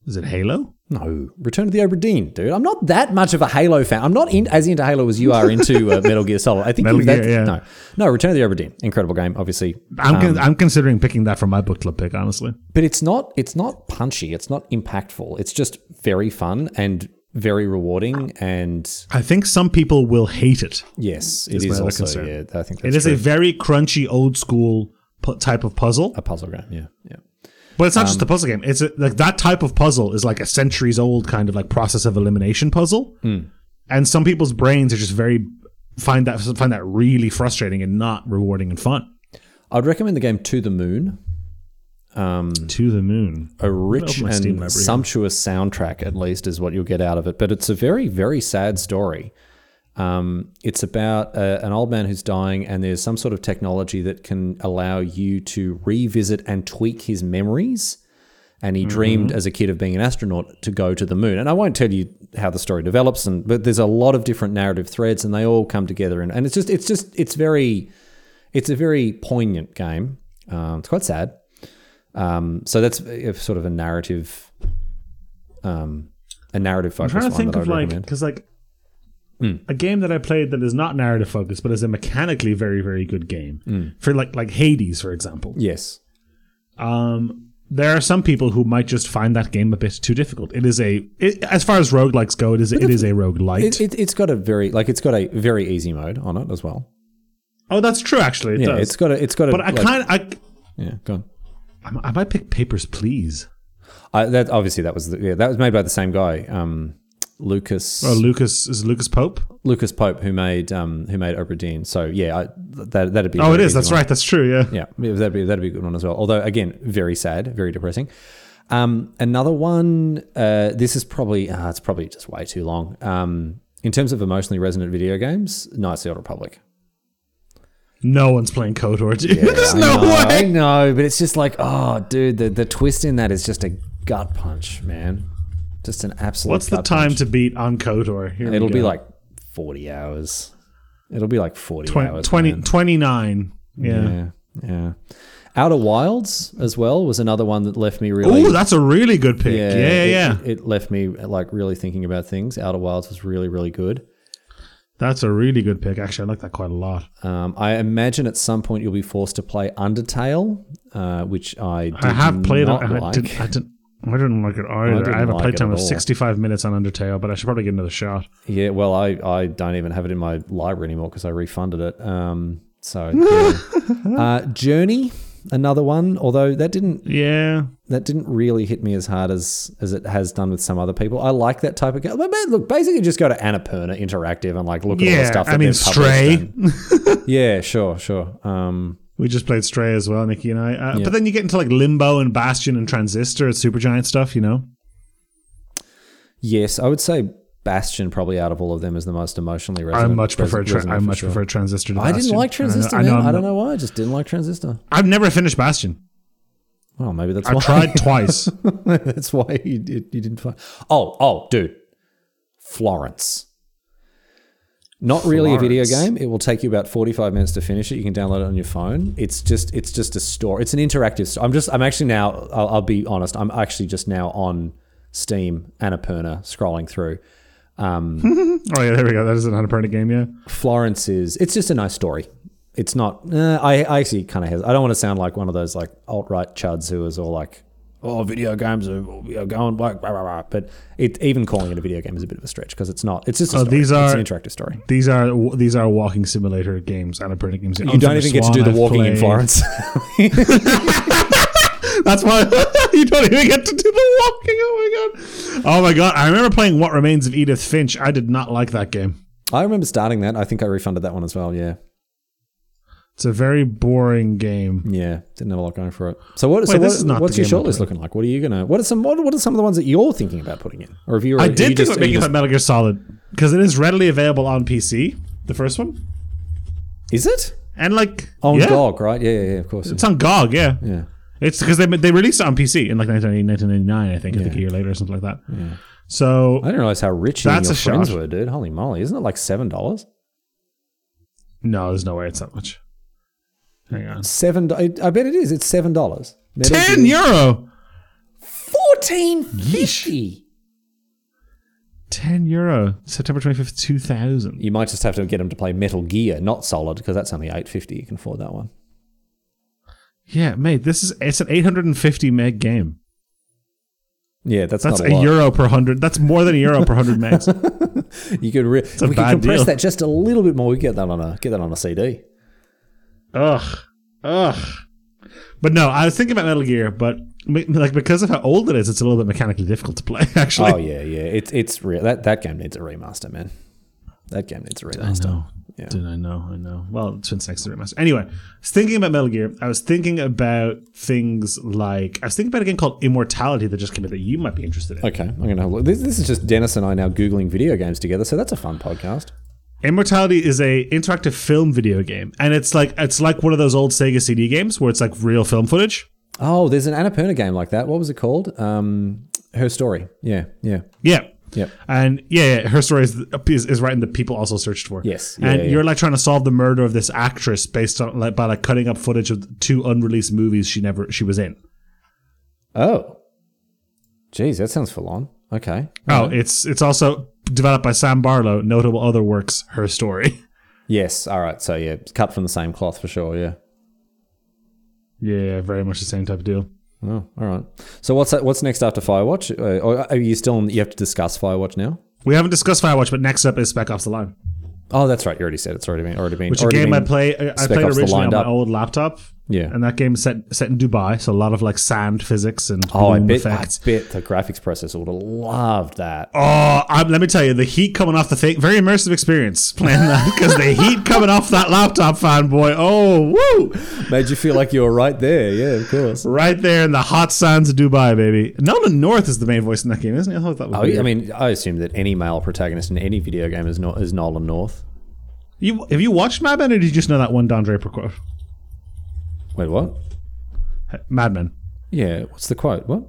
Is it Halo? No, Return of the Obra Dinn, dude. I'm not that much of a Halo fan. I'm not in, as into Halo as you are into uh, Metal Gear Solid. I think Metal you- that- Gear, yeah. no, no. Return of the Obra Dinn, incredible game, obviously, I'm con- I'm considering picking that for my book club pick, honestly. but it's not it's not punchy. It's not impactful. It's just very fun and very rewarding. And I think some people will hate it. yes, it my is other also concern. yeah. I think It that's is a very crunchy, old school pu- type of puzzle. a puzzle game. Yeah, yeah. But it's not just a puzzle game. It's a, like that type of puzzle is like a centuries old kind of like process of elimination puzzle. And some people's brains are just very find that find that really frustrating and not rewarding and fun. I'd recommend the game To the Moon. To the moon. A rich my Steam and library. sumptuous soundtrack, at least, is what you'll get out of it. But it's a very, very sad story. Um, it's about uh an old man who's dying, and there's some sort of technology that can allow you to revisit and tweak his memories. And he dreamed Mm-hmm. as a kid of being an astronaut to go to the moon. And I won't tell you how the story develops, and but there's a lot of different narrative threads, and they all come together. And, and it's just, it's just, it's very, it's a very poignant game. Um, it's quite sad. Um, so that's a, a sort of a narrative, um, a narrative I'm focus trying one to think that I of would like recommend. because like Hmm. a game that I played that is not narrative focused but is a mechanically very very good game Hmm. for like like Hades for example. Yes. Um, there are some people who might just find that game a bit too difficult. It is a it, as far as roguelikes go, it is it is a roguelite. It, it, it's got a very like it's got a very easy mode on it as well. oh, that's true actually. It Yeah, does. it's got a it's got a. but I like- kind of I yeah, go on. I I might pick Papers, Please. I, that obviously that was the, yeah that was made by the same guy, um, Lucas Oh, Lucas is it Lucas Pope. Lucas Pope who made um who made Oprah Dean. So yeah, I, that that'd be a Oh, it very is. easy That's one. right. That's true. Yeah. Yeah, that'd be that'd be a good one as well. Although again, very sad, very depressing. Um, another one. Uh, this is probably uh, it's probably just way too long. Um, in terms of emotionally resonant video games, Knights of the Old Republic. No one's playing Kotor. Dude. There's I no know, I way. know, but it's just like, oh, dude, the, the twist in that is just a gut punch, man. Just an absolute. What's the gut time punch. to beat on Kotor? Here we It'll be go. like forty hours. It'll be like forty Twen- hours. 20, man. 29. Yeah. Yeah, yeah. Outer Wilds as well was another one that left me really. Oh, that's a really good pick. Yeah, yeah, it, yeah. It, it left me like really thinking about things. Outer Wilds was really, really good. that's a really good pick. Actually, I like that quite a lot. Um, I imagine at some point you'll be forced to play Undertale, uh, which I did I have played. not I, like. did, I, did, I didn't like it either. didn't I, have a like it playtime at of all. 65 minutes on Undertale, but I should probably get another shot. Yeah, well, I, I don't even have it in my library anymore because I refunded it. Um, so yeah. uh, Journey, another one. Although that didn't Yeah. that didn't really hit me as hard as as it has done with some other people. I like that type of game. But man, look, basically just go to Annapurna Interactive and like look at all the Yeah, stuff. I That mean, they've published Stray. and- yeah, sure, sure. Um, We just played Stray as well, Nikki and I. Uh, But then you get into like Limbo and Bastion and Transistor and Supergiant stuff, you know? yes, I would say Bastion probably out of all of them is the most emotionally I resonant. much prefer res- tra- resonant I for much sure. prefer Transistor to I Bastion. didn't like I know- Transistor, I know, man. I'm I don't not- know why. I just didn't like Transistor. I've never finished Bastion. Well, maybe that's I've why. tried twice. Oh, That's why you, did, you didn't find. Oh, oh, dude, Florence. Not really a video Florence. game. It will take you about forty-five minutes to finish it. You can download it on your phone. It's just, it's just a store. It's an interactive. Store. I'm just, I'm actually now. I'll, I'll be honest. I'm actually just now on Steam Annapurna scrolling through. Oh yeah, there we go. That is an Annapurna game, yeah. Florence is. It's just a nice story. It's not. Uh, I, I actually kind of. Has, I don't want to sound like one of those like alt right chuds who is all like, "Oh, video games are are going like." Blah, blah, blah. But it, even calling it a video game is a bit of a stretch because it's not. It's just. A Oh, story. these It's are- an interactive story. These are these are walking simulator games, Annapurna games. You don't even get to do the walking in Florence. That's why you don't even get to do the walking. Oh my god! Oh my god! I remember playing What Remains of Edith Finch. I did not like that game. I remember starting that. I think I refunded that one as well. Yeah, It's a very boring game. yeah. Didn't have a lot going for it. So what? so Wait, what, this is not the what's your game I shortlist played. looking like? What are you gonna? What are some? What, what are some of the ones that you're thinking about putting in? Or if you? I are you did think just, about are you making just- that Metal Gear Solid because it is readily available on PC, the first one, Is it? and like Oh, yeah, GOG, right? Yeah, yeah, yeah. Of course. it's on GOG. Yeah, Yeah. It's because they they released it on PC in like 1990 1999, I think, I think a year later or something like that. So I didn't realize how rich you and That's your a friends shot. were, dude. Holy moly! Isn't it like seven dollars? no, there's no way it's that much. Hang on, Seven. do- I I bet it is. It's seven dollars. ten euro, Fourteen fifty. ten euro, September 25th, 2000. You might just have to get them to play Metal Gear, not Solid, because that's only eight fifty. You can afford that one. Yeah, mate, this is it's an 850 meg game. Yeah, that's, That's not a, a, lot. euro per hundred. That's more than a euro per hundred megs. You could re- a we could bad compress deal. that just a little bit more. We could get that on a get that on a CD. Ugh, ugh. But no, I was thinking about Metal Gear, but me- like because of how old it is, it's a little bit mechanically difficult to play. Actually, Oh yeah, yeah. It's it's real. That that game needs a remaster, man. That game needs a remaster. know. Did I know? I know. Well, it's been next to the remaster. Anyway, I was thinking about Metal Gear. I was thinking about things like I was thinking about a game called Immortality that just came out that you might be interested in. Okay, I'm gonna have a look. This, this is just Dennis and I now googling video games together. So that's a fun podcast. Immortality is a interactive film video game, and it's like it's like one of those old Sega CD games where it's like real film footage. Oh, there's an Annapurna game like that. What was it called? Um, Her Story. Yeah, yeah, Yeah. Yep. And yeah, yeah, her story is, is is writing that people also searched for. Yes. Yeah, and yeah, you're like trying to solve the murder of this actress based on like by like cutting up footage of two unreleased movies she never she was in. Oh, geez, that sounds full on. Okay. Oh, it's it's also developed by Sam Barlow. Notable other works: Her Story. Yes. All right. So yeah, it's cut from the same cloth for sure. Yeah. Yeah, very much the same type of deal. Oh, all right. So what's that, what's next after Firewatch? Uh, or are you still? In, you have to discuss Firewatch now. We haven't discussed Firewatch, but next up is Spec Ops: The Line, Oh, that's right. You already said it's already been already been. which is a already game I been, play. I I Spec played Ops: The originally on Lined my Up. old laptop. Yeah. and that game is set set in Dubai, so a lot of like sand physics and Oh, I bloom bet. effects. I bet the graphics processor would have loved that. Oh, i let me tell you, the heat coming off the thing, very immersive experience playing that because the heat coming off that laptop, fanboy. Oh, woo! Made you feel like you were right there. Yeah, of course. Right there in the hot sands of Dubai, baby. Nolan North is the main voice in that game, isn't he? I thought that was. Oh, yeah, I mean, I assume that any male protagonist in any video game is not is Nolan North. You have you watched Mad Men, or did you just know that one Don Draper quote? Wait, what? Mad Men. Yeah, what's the quote? What?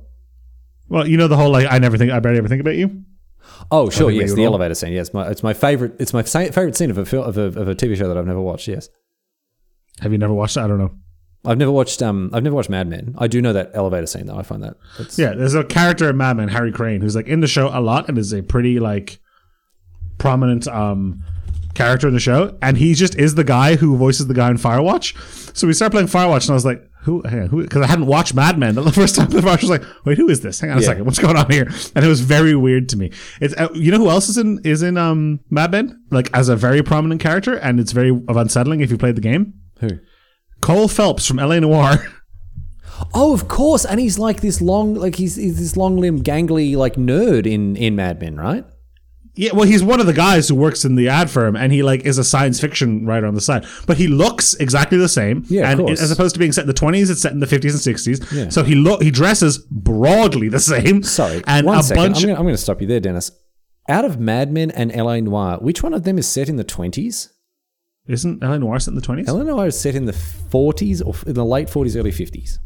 Well, you know the whole like I never think I barely ever think about you. Oh, sure, yes, you the at all. elevator scene. Yes, my, it's my favorite. It's my sa- favorite scene of a, fil- of a of a TV show that I've never watched. Yes, Have you never watched that? I don't know. I've never watched. Um, I've never watched Mad Men. I do know that elevator scene though. I find that. That's, Yeah, there's a character in Mad Men, Harry Crane, who's like in the show a lot and is a pretty like prominent um character in the show, and he just is the guy who voices the guy in Firewatch. So we started playing Firewatch, and I was like, who, hang on, who, because I hadn't watched Mad Men. The first time the watched was like, wait, who is this? Hang on a Yeah. second, what's going on here? And it was very weird to me. It's uh, you know who else is in is in um Mad Men like as a very prominent character, and it's very unsettling if you played the game. Who? Cole Phelps from L.A. Noir. Oh, of course. And he's like this long, like he's, he's this long limbed, gangly, like nerd in in Mad Men, right? Yeah, well, he's one of the guys who works in the ad firm, and he like is a science fiction writer on the side. But he looks exactly the same. Yeah, of and course. as opposed to being set in the twenties, it's set in the fifties and sixties. Yeah. So he look he dresses broadly the same. Sorry, and one a second. bunch. I'm going I'm to stop you there, Dennis. Out of Mad Men and L.A. Noir, which one of them is set in the twenties? isn't Ellen Noir set in the twenties? L.A. Noir is set in the forties or in the late forties, early fifties.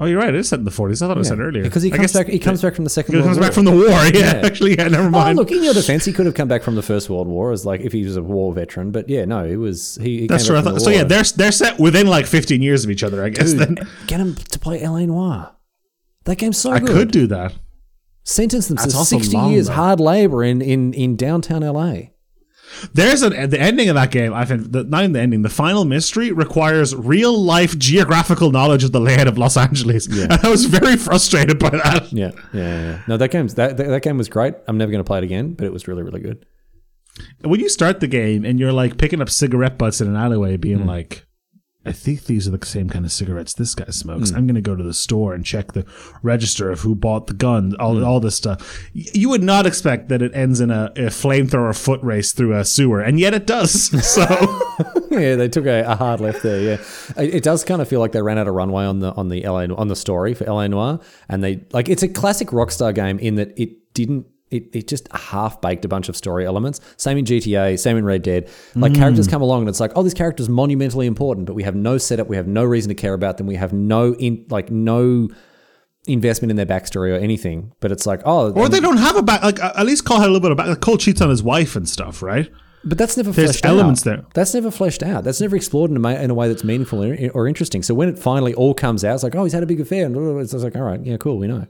Oh, you're right. It is set in the forties. I thought it was set earlier because he I comes guess back. He comes back from the second. He World comes War. back from the war. Yeah, Yeah. actually, yeah. Never Oh, mind. look, in your defense, he could have come back from the First World War as like if he was a war veteran. But yeah, no, it was he. he That's came true. I back from thought, the so yeah, war. they're they're set within like fifteen years of each other. I guess. then get him to play L.A. Noir. That game's so I good. could do that. Sentence them That's to also sixty long, years though. hard labor in in in downtown L.A. There's an the ending of that game. I think the, not in the ending. The final mystery requires real life geographical knowledge of the layout of Los Angeles, and I was very frustrated by that. Yeah, yeah, yeah, yeah. No, that game's that, that that game was great. I'm never going to play it again, but it was really really good. When you start the game and you're like picking up cigarette butts in an alleyway, being like, "I think these are the same kind of cigarettes this guy smokes." I'm going to go to the store and check the register of who bought the gun, all all this stuff. Y- You would not expect that it ends in a, a flamethrower foot race through a sewer, and yet it does. So. yeah, they took a, a hard left there. Yeah, it, it does kind of feel like they ran out of runway on the on the LA no- on the story for LA Noir, and they like it's a classic Rockstar game in that it didn't. It, it just half baked a bunch of story elements. Same in GTA, same in Red Dead. Like characters come along and it's like, oh, this character's monumentally important, but we have no setup, we have no reason to care about them, we have no in like no investment in their backstory or anything. But it's like, oh, Or and- they don't have a back. Like uh, at least Cole had a little bit of back. Like Cole cheats on his wife and stuff, right? But that's never There's fleshed elements out. there. That's never fleshed out. That's never explored in a, ma- in a way that's meaningful or, or interesting. So when it finally all comes out, it's like, oh, he's had a big affair, and blah, blah, blah. it's like, all right, yeah, cool, we know.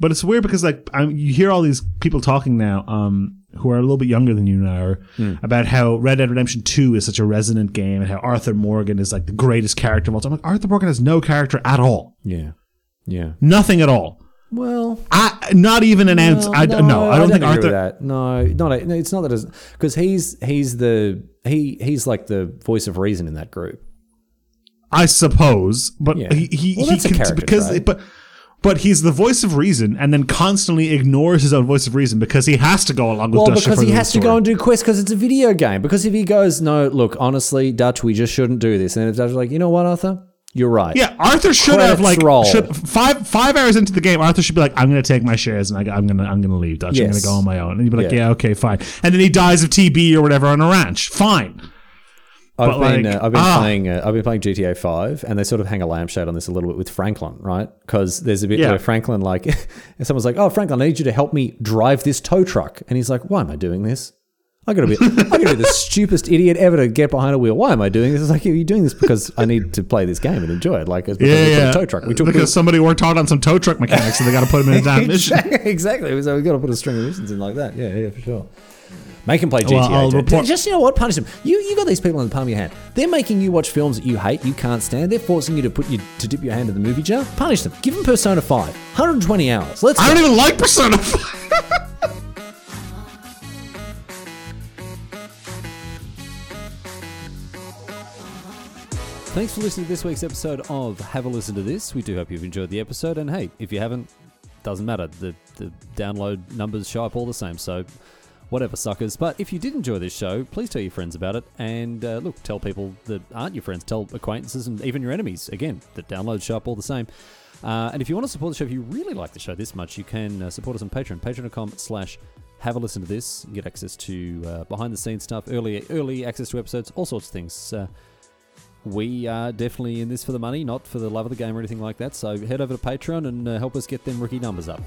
But it's weird because like i you hear all these people talking now, um, who are a little bit younger than you now, are, Hmm. about how Red Dead Redemption Two is such a resonant game and how Arthur Morgan is like the greatest character of all time. Like Arthur Morgan has no character at all, Yeah, yeah. nothing at all. Well, I, not even an ounce. I, no, I don't think agree with Arthur. That. No, not no, it's not that because he's he's the he he's like the voice of reason in that group. I suppose, but Yeah. he, he, Well, he that's a character because trait. but but he's the voice of reason, and then constantly ignores his own voice of reason because he has to go along with Well, Dutch because for he the has to story. go and do quests because it's a video game. Because if he goes, no, look, honestly, Dutch, we just shouldn't do this. And then Dutch's like, you know what, Arthur, you're right. Yeah, Arthur should Credits have like roll. should, five five hours into the game. Arthur should be like, "I'm going to take my shares and I, am going to I'm going to leave Dutch. I'm going Yes. to go on my own." And he'd be like, Yeah. yeah. okay, fine." And then he dies of TB or whatever on a ranch. Fine. I've But, been, like, uh, I've been ah. playing uh, I've been playing GTA Five, and they sort of hang a lampshade on this a little bit with Franklin, right? Because there's a bit Yeah. where Franklin, like, and someone's like, "Oh, Franklin, I need you to help me drive this tow truck," and he's like, "Why am I doing this? I gotta be, I gotta be the stupidest idiot ever to get behind a wheel. Why am I doing this?" It's like, "Are you doing this because I need to play this game and enjoy it? Like, it's because Yeah, we put yeah. a tow truck. We took because somebody worked hard on some tow truck mechanics, so they got to put him in a damn mission. exactly, exactly. So we've got to put a string of missions in like that. Yeah, yeah, for sure. Make him play GTA. Well, I'll dude. report- Just you know what? Punish him. You you got these people in the palm of your hand. They're making you watch films that you hate, you can't stand. They're forcing you to put you to dip your hand in the movie jar. Punish them. Give them Persona Five. 120 hours. Let's. I go. don't even like Persona Five. Thanks for listening to this week's episode of Have a Listen to This. We do hope you've enjoyed the episode. And hey, if you haven't, doesn't matter. The, the download numbers show up all the same. So whatever, suckers. But if you did enjoy this show, please tell your friends about it. And uh, look, tell people that aren't your friends, tell acquaintances and even your enemies. Again, the downloads show up all the same. Uh, and if you want to support the show, if you really like the show this much, you can uh, support us on Patreon, patreon.com slash have a listen to this. Get access to uh, behind the scenes stuff, early, early access to episodes, all sorts of things. Uh, we are definitely in this for the money, not for the love of the game or anything like that. So head over to Patreon and uh, help us get them rookie numbers up.